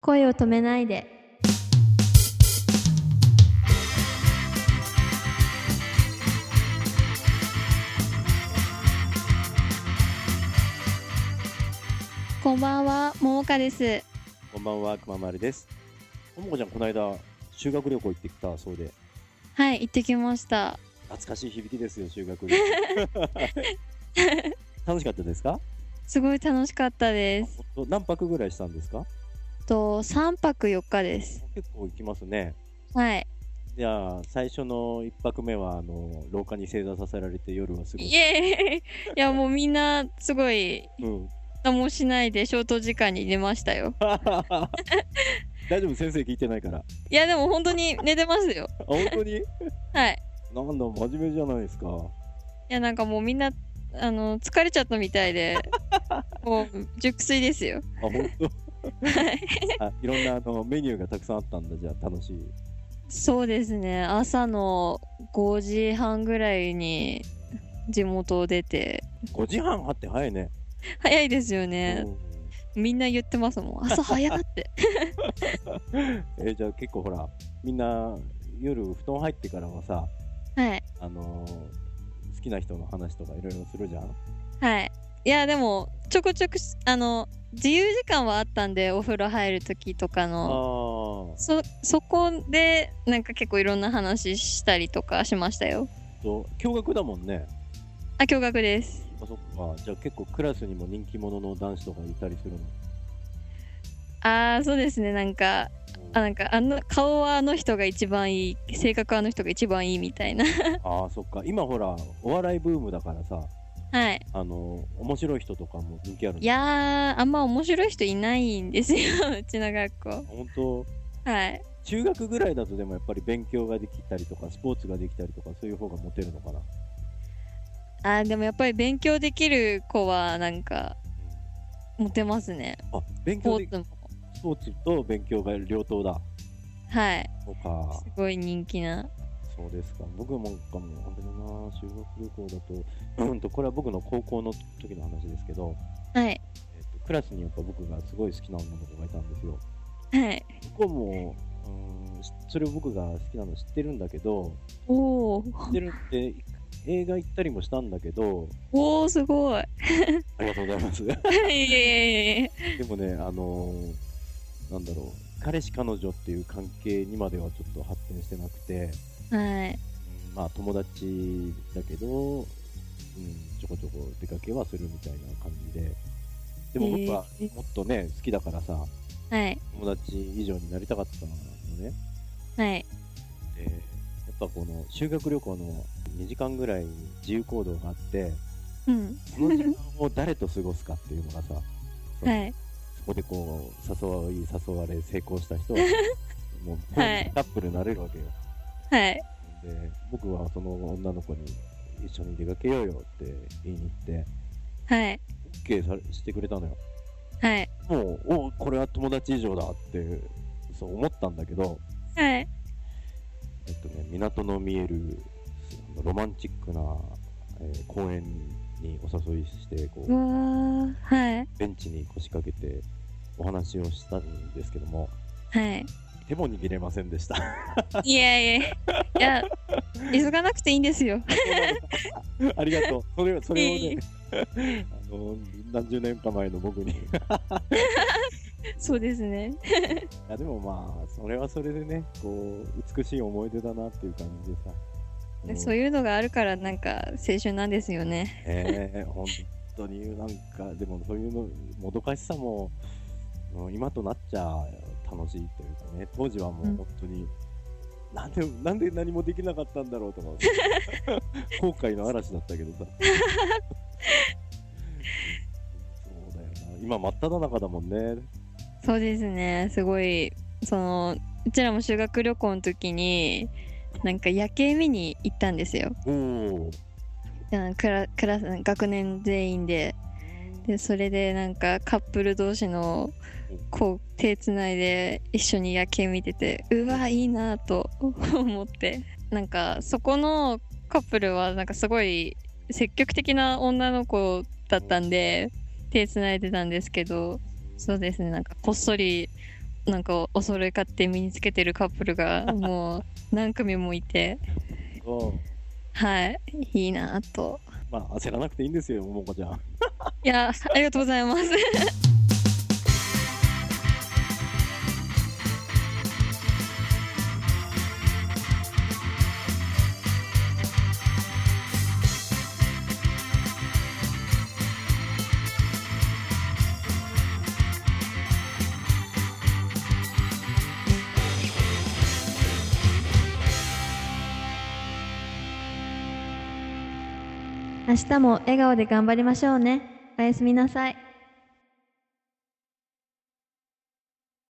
声を止めないで。こんばんは、ももかです。こんばんは、くままるです。ともこちゃん、この間、修学旅行行ってきたそうで、はい、行ってきました。懐かしい響きですよ、修学旅 行。楽しかったですかすごい楽しかったです。ほんと何泊ぐらいしたんですかと、三泊四日です。結構行きますね。はい。じゃあ、最初の一泊目は、あの、廊下に正座させられて夜はすごイエーイ。いや、もうみんなすごいうん。何もしないで消灯時間に寝ましたよ。大丈夫、先生聞いてないから。あ、いや、でも本当に寝てますよ。本当にはい。なんだ、真面目じゃないですか。いや、なんかもうみんな、あの、疲れちゃったみたい で。もう熟睡ですよ。あ、本当はい。 あいろんなあのメニューがたくさんあったんだ、じゃあ、楽しい。そうですね。朝の5時半ぐらいに地元を出て。 5時半あって早いね。早いですよねう。んみんな言ってますもん。朝早って。えーじゃあ結構ほらみんな夜布団入ってからはさ はい。あのー好きな人の話とかいろいろするじゃんはい。いや、でも、ちょこちょこし、あの、自由時間はあったんで、お風呂入る時とかあの。ーそそこでなんか結構いろんな話したりとかしましたよ。と驚愕だもんねあ驚愕です。あそっかじゃあ結構クラスにも人気者の男子とかいたりするのああそうですねなんかあなんかあの顔はあの人が一番いい性格はあの人が一番いいみたいな あーそっか今ほらお笑いブームだからさはいあのー面白い人とかも人気あるいやーあんま面白い人いないんですようちの学校本当はい中学ぐらいだとでもやっぱり勉強ができたりとかスポーツができたりとかそういう方がモテるのかなあーでもやっぱり勉強できる子はなんかモテますねあ勉スポ強でーツもスポーツと勉強が両党だはいそうかすごい人気なそうですか。僕もかも、あれだな、修学旅行だと、うん と、これは僕の高校の時の話ですけど、はいえっと、クラスにやっぱ僕がすごい好きな女の子がいたんですよ。はい僕も、うん、しそれを僕が好きなの知ってるんだけど、おー知ってるって、映画行ったりもしたんだけど、おーすごい ありがとうございます。 でいえいえいえもね、あのーなんだろう、彼氏彼女っていう関係にまではちょっと発展してなくて、はい。うんまあ友達だけど、うん、ちょこちょこ出かけはするみたいな感じで。でも僕はえーもっとね、好きだからさ、はい。友達以上になりたかったのね。はい。で、やっぱこの修学旅行の2時間ぐらい自由行動があって、 うん。その時間を誰と過ごすかっていうのがさ、そうはい。そこでこう、誘わい、誘われ、成功し た人は、もう、カはいップルになれるわけよ。はい。で僕はその女の子に一緒に出かけようよって言いに行ってはい。 OK されしてくれたのよはい。もうおこれは友達以上だってそう思ったんだけどはい。えっとね港の見えるあのロマンチックな、えー公園にお誘いしてこううわー。はい。ベンチに腰掛けてお話をしたんですけどもはい。手も握れませんでした いやいやい や、急がなくていいんですよ。ありがとうそれそれをい いねあの何十年か前の僕にそうですね。いやでもまあそれはそれでねこう美しい思い出だなっていう感じでさ、うん、そういうのがあるから、なんか青春なんですよね。ね本当になんかでもそういうのもどかしさも、うん今となっちゃ楽しいというかね当時はもうんう本当に、なんでなんで何もできなかったんだろうと か後悔の嵐だったけどさそうだよな今真っ只中だもんねそうですね。すごい、その、うちらも修学旅行の時に、なんか夜景見に行ったんですよ。おおあのクラクラス学年全員ででそれでなんかカップル同士のこう手つないで一緒に夜景見ててうわいいなと 思ってなんかそこのカップルはなんかすごい積極的な女の子だったんで手つないでたんですけどそうですねなんかこっそりなんかお揃い買って身につけてるカップルがもう何組もいてうんはいいいなとまあ焦らなくていいんですよももこちゃんいやありがとうございます明日も笑顔で頑張りましょうね。おやすみなさい。